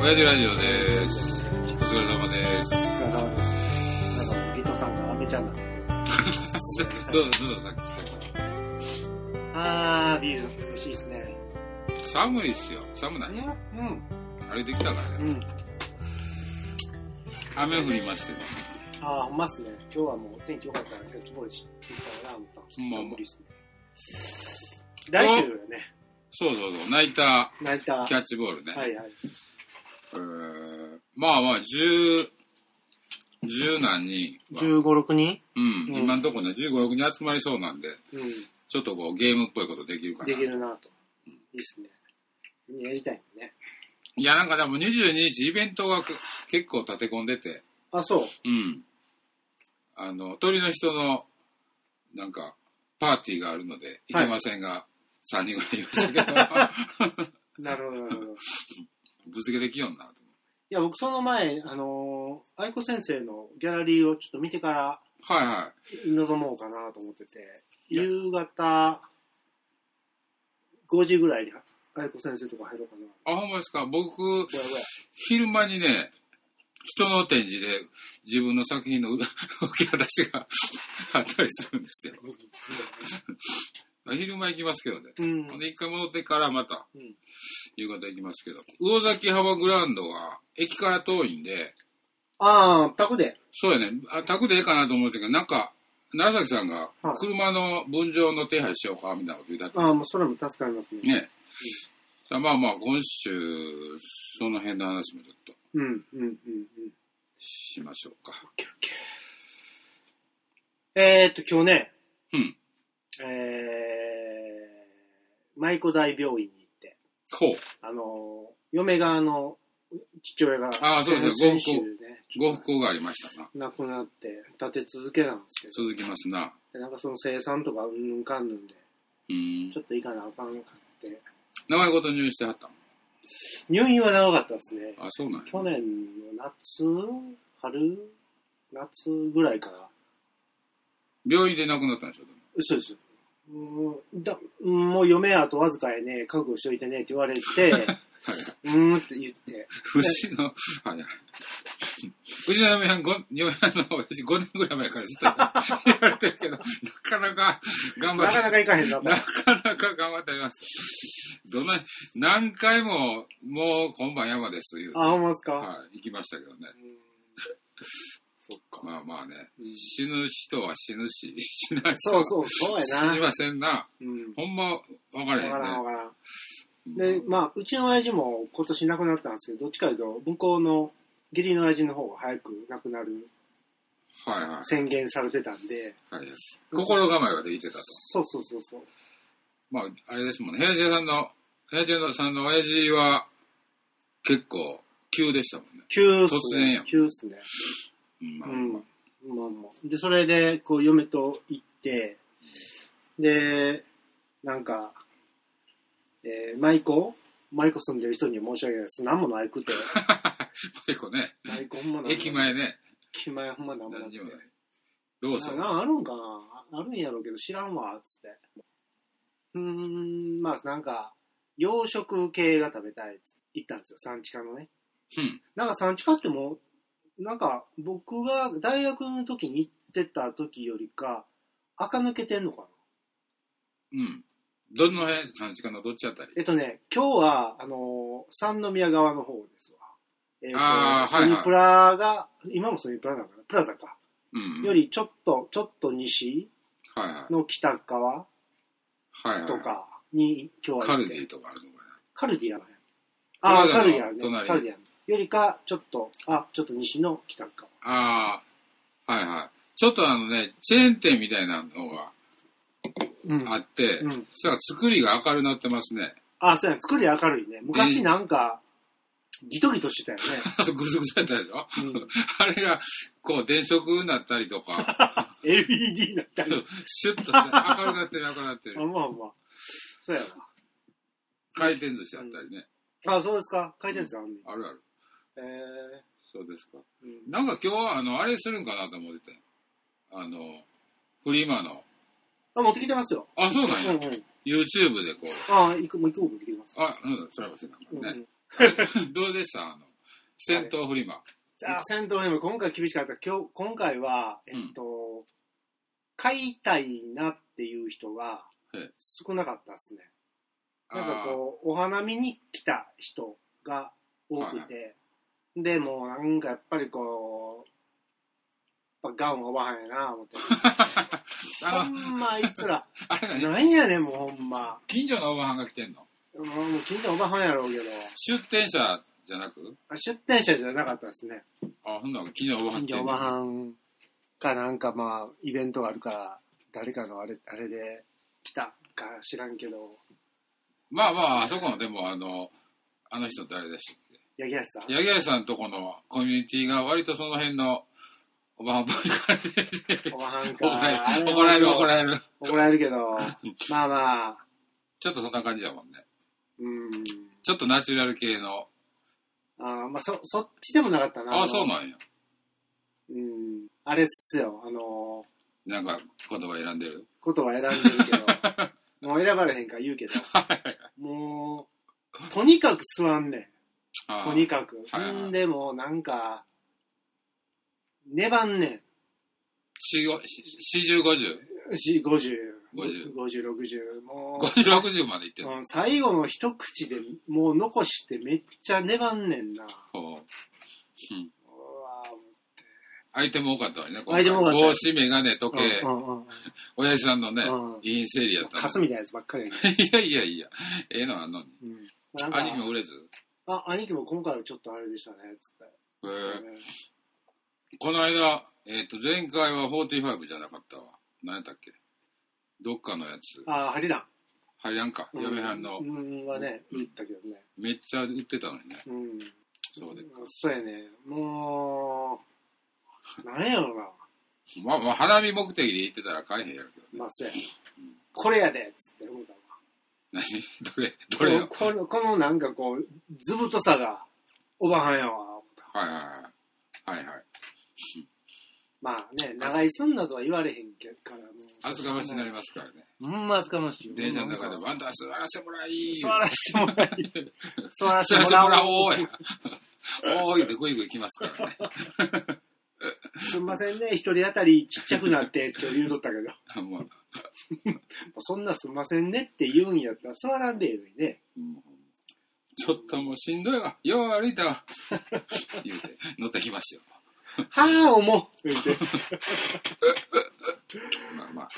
親父ラジオです。お疲れ様です。 お疲れ様です。なんか、ギトさんがアメちゃんだ。どうぞどうぞ、さっきさっあー、ビール、美味しいですね。き。寒いっすよ。寒ない。う歩いてきたからね。ん。うん。雨降りましてね。あー、ほんまっすね。今日はもうお天気良かったから、今日キボリしてたから、思ったんですけほんまど、無理っすね。来週だよね、そうそうそう、泣いた泣いた。はキャッチボールね。いはい。えーまあまあ、十、十何人は。 15、6人うん、うん今んとこね、15、6人集まりそうなんで、うん。ちょっとこうゲームっぽいことできるかな。できるなと。いいっすね。やりたいね。いや、なんかでも22日イベントがけ結構立て込んでて、あ、そう。うん。あの、鳥の人の、なんか、パーティーがあるので、行けませんが、3人ぐらいいましたけ なるほど、なるほど。ど、いぶつけてきよんなとや、僕その前、あのー、愛子先生のギャラリーをちょっと見てから、思う。はいは臨もうかなと思ってて、いや夕方5時ぐらいに愛子先生とか入ろうかな。い。あ、ほんまですか僕、ぐらいぐらい昼間にね、人の展示で自分の作品の 受け渡しがあったりするんですよ。昼間行きますけどね。うん。ほんで、一回戻ってからまたうん、夕方行きますけど。魚崎浜グラウンドは駅から遠いんで、ああ、タコで。そうやね。あ、宅でええかなと思うんですけど、なんか、奈良崎さんがはい、車の分譲の手配しようか、みたいなこと言うたああ、もうそれも助かりますね。ね。さあまあまあ、今週、その辺の話もちょっとうん、うん、うん。うんしましょうか。えー、っと、今日ね、うん。えー、舞子大病院に行って、こあのー、嫁側の父親が、あーそうですね先週ね、う、ご不幸がありましたな。亡くなって、立て続けなんですけど、続きますな。でなんかその生産とかうんぬんかんぬんで、うんちょ。っといかなあかんかって。長いこと入院してはったの入院は長かったですね。あ、そうなんや。去年の夏、春、夏ぐらいから。病院で亡くなったんでしょ、でも嘘です。うんだもう嫁あとわずかやね、覚悟しといてねって言われて、うーんって言って、うち の、あれ、うちの嫁はん、ご 嫁はんの親父5年ぐらい前からずっと言われてるけど、なかなか頑張っなてかなかいかへんなと。なかなか頑張っております。どんな、何回も、もう今晩山です、言うて、あ、ほんまですか、はい、行きましたけどね。うんそっか。まあまあね、うん死ぬ人は死ぬし、死ない人そうはそう、そうや死なに。ませんな。うん。ほんま、わからへわからんんね。わからん。で、まあ、うちの親父も今年亡くなったんですけど、どっちかというと、向こうの義理の親父の方が早く亡くなるはいはい宣言されてたんで、はい。心構えができてたと。そうそうそうそう。まあ、あれですもんね。平成さんの、平成さんの親父は、結構、急でしたもんね。急っす突然やねん。急っすね。うん、まうあ、ん。ままあまあ。で、それで、こう、嫁と行って、で、なんか、えー、舞妓舞妓住んでる人には申し訳ないです。なんもな いくて。あ 結構ね、舞妓ほんまなんも駅。前ね、駅前ほんまなんもな何くてにもない。ローソあン。なあるんかなあるんやろうけど知らんわ、つって。うーん、まあなんか、洋食系が食べたいっつって行ったんですよ、産地化のね。うん。なんか産地化ってもう、なんか僕が大学の時に行ってた時よりか、垢抜けてんのかなうん。どの辺、3時間のどっちあたりえっとね、今日は、あのー三宮側の方ですわ。えっとあーはいはいソニプラが、今もソニプラなのかなプラザか。うん。よ、りちょっと、ちょっと西はいはい。の北側はいはい。とかに今日はカ行っルてディとかあるのかカルディアね。カああ、ルディアカのルディア隣ね。カルディア。よりか、ちょっと、あ、ちょっと西の北か。な。ああ、はいはい。ちょっとあのね、チェーン店みたいなのがうんあって、うんそしたら作りが明るくなってますね。 あ、そうや、作り明るいね。昔なんか、ギトギトしてたよね。ぐずぐずやったでしょうん、あれが、こう、電飾になったりとか、 LED になったり。シュッとして、明るくなってる、明るくなってあ、る。まあまあ。そうや回転寿司あったりね。な。あ、そうですか。回転寿司あんねあるある。えそうですか。ーうんなんか今日は、あの、あれするんかなと思ってて。あの、フリマの。あ、持ってきてますよ。あ、そううなんんうや。ん。 YouTube でこう。あ、行く、もう行く、持ってきてます。あ、うん、それは忘れたうんうもんね。ん、 どうでしたあの、戦闘フリマ。さあ、戦闘編も今回厳しかった。今日、今回は、えっと、買いたいなっていう人がはい少なかったですね。なんかあこう、お花見に来た人が多くて、で、もうなんかやっぱりこう、やっぱガンはわはんやな、思って。ーほ あの、んまあいつ ら、あれだね。なんやねん、もうほんま。近所のおばはんが来てんのもう聞いたおばはんやろうけど、出店者じゃなくあ出店者じゃなかったですね。あ、ほんなら近所のおばはん近来所ておんばのはんかなんかまあ、イベントがあるから、誰かのあれ、あれで来たか知らんけど、まあまあ、あそこの、でもあの、あの人誰でしたっ八木橋さんけ。八木屋さんとこのコミュニティが割とその辺のおばはんっぽい感じでしておばはんか。怒られあれる、は怒られる、怒られる。怒られるけど、まあまあ、ちょっとそんな感じだもんね。うん。ちょっとナチュラル系の。あーまあ、そ、そっちでもなかったな。あのあ、そうなんや。うん。あれっすよ、あの、なんか言葉選んでる。ことは選んでるけ ど、もう選ばれへんから言うけど、もう、とにかく座んねん。あーとにかく。はいはいんでも、なんか、粘んね四五四十五十ん。し、50、 50 50、60。も五十六十までいってう、るうん最後の一口でもう残してめっちゃ粘んねんな。うわほうぁアイテム多かったわね。アイテム多かった帽子、メガネ、時計う、んうんうん親父さんのねうん、インセリやった勝つね。みたいなやつばっかりやけど。 いやいやいや、ええのあんのに。うんなんか兄貴も売れず。あ、兄貴も今回はちょっとあれでしたね、つって。えーこの間、えっと、前回は45じゃなかったわ。何やったっけどっかのやつ。あ、ハリラン。ハリランか。うん嫁はんのう。ん、はね、うん言ったけどね。めっちゃ売ってたのにね。うん。そうでっか。そうやね。もう、なんやろな。まあまあ、花見目的で行ってたら買えへんやろけど ね。まあ、そうやね。これやでっつって思ったわ。何どれどれよ。この、このなんかこう、ずぶとさが、おばはんやわ。思ったはいはいはい。はいはい。まあね、長居すんなとは言われへんけどから、もう。厚かましになりますからね。ほんま厚かましいよ。電車の中でも、あんた座らせてもらい。座らしてもらい。座ら 座せらせててももららおおうう。や。おーいってぐいぐい来ますからね。すんませんね、一人当たりちっちゃくなってって言うとったけど。もうそんなすんませんねって言うんやったら座らんでええのにね。うんちょっともうしんどいわ。よう歩いたわ。言うて、乗ってきますよ。はあ、思う言 うて。まあまあ、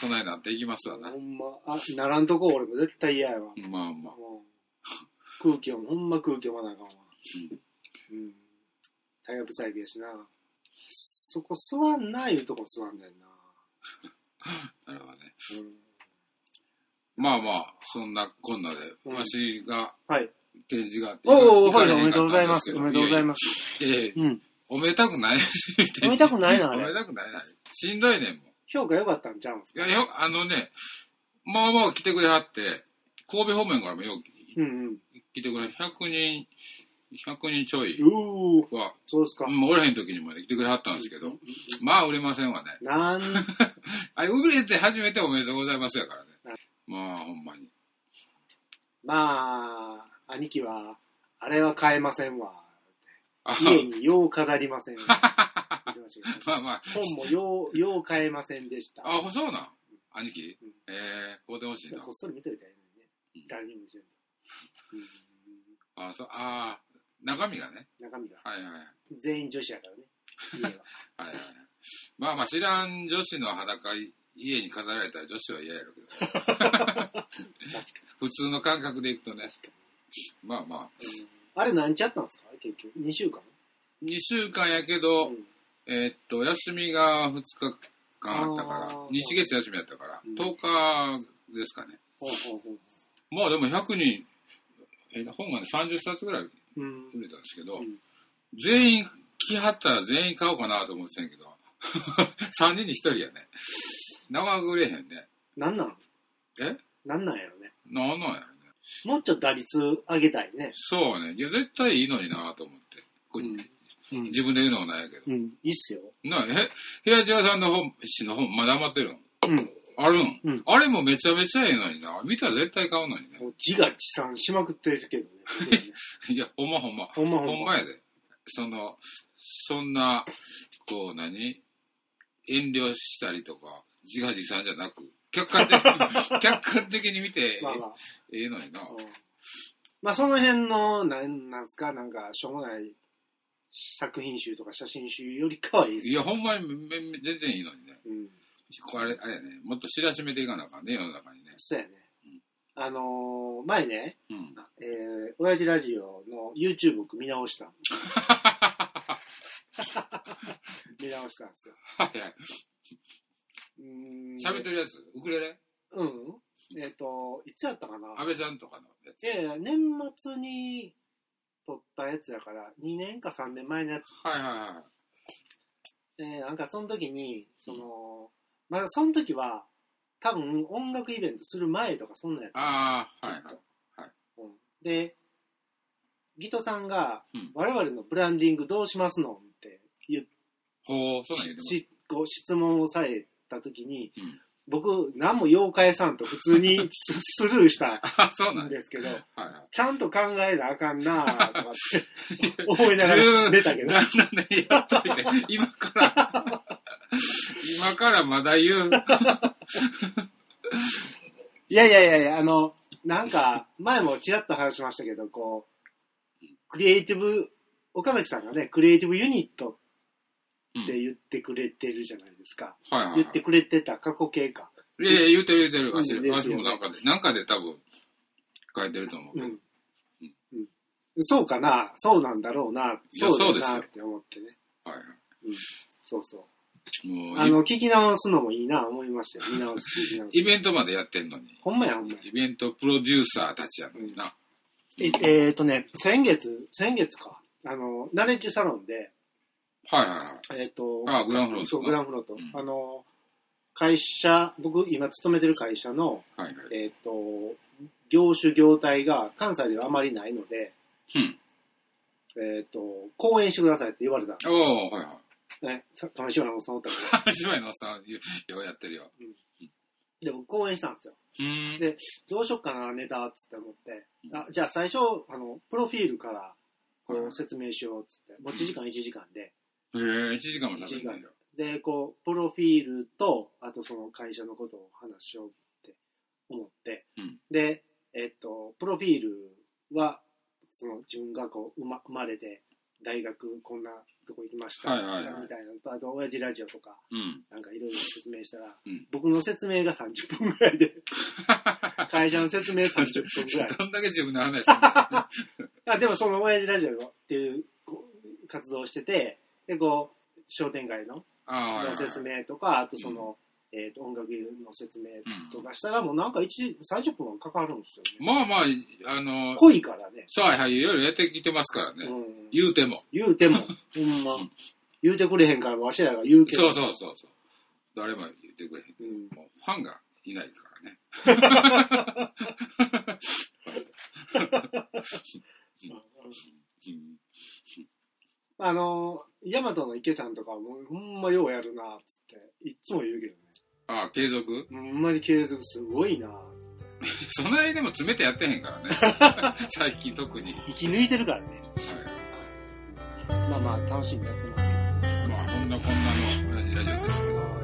そないなっていきますわな。ほんま、あ、ならんとこ俺も絶対嫌やわ。もまあまあ。う空気を、ほんま空気読まなあかんわ。うんうん。体が不細工やしな。そこ座んないいうとこ座んねんな。なるほどね。うん。まあまあ、そんなこんなで、うんわしがはい。展示があって。おお、行かはれい、おへめんでかとうっごたざんいでますす。けおどめでとうございます。いやいやいやうん。おめでたくない。おめでたくないな、あおめで れ。たくないな。しんどいねんもん。評価良かったんちゃうんすいかや、よ、あのね、まあまあ来てくれはって、神戸方面からもよううんうん。来てくれ、100人、100人ちょいおー、は、そうですか。うんおらへん時にまで来てくれはったんですけど、まあ売れませんわね。 なん、あれ、売れて初めておめでとうございますやからね。まあ、ほんまに。まあ、兄貴は、あれは買えませんわ。あ家によう飾 りませんわ。言ってましたけどまあまあ、本もよう、よう買えませんで した。あ、そうなん兄貴うんえー、こうてほしいなこ。っそり見といたらいいのにね。誰にも見せんと。うんあ、そう、あー中身がね。中身が。はいはいはい。全員女子やから ね。はいはいはい。まあまあ、知らん女子の裸、家に飾られたら女子は嫌やろうけど、家は。確か普通の感覚でいくとねに。、確かまあまあ、に。うんあれ何日やったんですか結局。2週間2週間やけど、うんえーっと、休みが2日間あったかあらー、日月休みやったから、うん10日ですかね。ほうほうほう。まあでも100人、えー本がね30冊ぐらいうん。売れたんですけど、うん全員来はったら全員買おうかなと思ってたんやけど、3人に1人やね。生売れへんね。なんなんえなんなんやろね。なんなんやろね。もうちょっと打率上げたいね。そうね。いや、絶対いいのになと思って。こううん自分で言うのもないけど。うん。いいっすよ。なえ、部屋中さんの本、詩の本、まだ余ってるのうん。あるん、うんあれもめちゃめちゃええのにな。見たら絶対買うのにね。もう自画自賛しまくってるけどね。 いや、ほんまほんま。ほんまほんまほんまやで。その、そんな、こう何、遠慮したりとか、自画自賛じゃなく、客観 的に、客観的に見て、まあまあ。ええのにな。うんまあ、その辺の、なんなんですか、なんか、しょうもない作品集とか写真集よりかはいいです。いや、ほんまにめめ全然いいのにね。うん。これ、あれやね、もっと知らしめていかなあかんね、世の中にね。そうやねうん。あのー前ね、うん。えー、親父ラジオの YouTube 僕見直したん。 見直したんですよ。はいはいうーん。喋ってるやつ、ウクレレうん。えっ、と、いつやったかな安倍ちゃんとかのやつ。え年末に撮ったやつやから、2年か3年前のやつ。はいはいはい。えーなんかその時に、その、まだその時は、多分音楽イベントする前とかそんなんやった。ああ、はいはい。うんで、ギトさんが、うん我々のブランディングどうしますのって言っほう、そうなんやけど。しこう質問をされた時に、うん僕、何も妖怪さんと普通に ススルーしたあそうなんんや。ですけど、はいはい。ちゃんと考えなあかんなあと かって思いながら出たけど、だんだんね、やっといて、今から、今からまだ言う。いやいやいやいや、あの、なんか、前もちらっと話しましたけど、こう、クリエイティブ、岡崎さんがね、クリエイティブユニットって言ってくれてるじゃないですか。はいはい、はい。言ってくれてた過去形か。いやいや、言うてる言うてる。わし、うんでわすしよもなんかで、なんかで多分、書いてると思うけうど。ん。うんそうかな、そうなんだろうな、いやそうだそうなでっすて思ってね。はいはそうそう。い。もうあの、聞き直すのもいいな、思いましたよ。見直して、聞き直イして。ベントまでやってんのに。ほんまや、ほんまや。イベントプロデューサーたちやのにな。えっ、えーとね、先月、先月か。あの、ナレッジサロンで、はいはいはい。えっ、と、あグランフロントそう、グランフロント。うんあの、会社、僕今勤めてる会社の、はいはい。えっ、と、業種業態が関西ではあまりないので、うん。えっ、と、講演してくださいって言われたんでおー、はい はすね。さ楽しみなこと思っ たから。い。芝居のおっさん、ようやってるよ。で、僕講演したんですよ。うーん。で、どうしよっかな、ネタ、つって思って。うんあじゃあ最初、あの、プロフィールから、こはうい説明しよう、つって。持ち時間1時間で。えー、1時間も喋ってないよ。で、こう、プロフィールと、あとその会社のことを話しようって思って、うんで、えっと、プロフィールは、その自分がこう、生ま生まれて、大学こんなとこ行きました、はいはいはいみたいなのと、あと、親父ラジオとか、うん。なんかいろいろ説明したら、うん僕の説明が30分ぐら いで、会社の説明30分ぐらい。どんだけ自分の話すんだあでもその親父ラジオっていうこう活動をしてて、で、こう、商店街の、あー、はいはのい。説明とか、あとその、えっ、と、音楽の説明とかしたら、もうなんか1時、30分はかかるんですよね。まあまあ、あの、濃いからね。そうはいはい、いろいろやってきてますからね。うん、言うても。言うても、ほんまうん。言うてくれへんから、わしらが言うけそど。うそうそうそう。誰も言ってくれへん。うんもうファンがいないからね。 うんあの、ヤマトの池ちゃんとかも、ほんまようやるな、つって、いっつも言うけどね。ああ、継続ほんまに継続すごいな、つってその間でも詰めてやってへんから ね。最近特に。は生き抜いてるからね。いまあまあ、楽しみにやってますけど。まあ、こんなこんなの同じラジオですけど。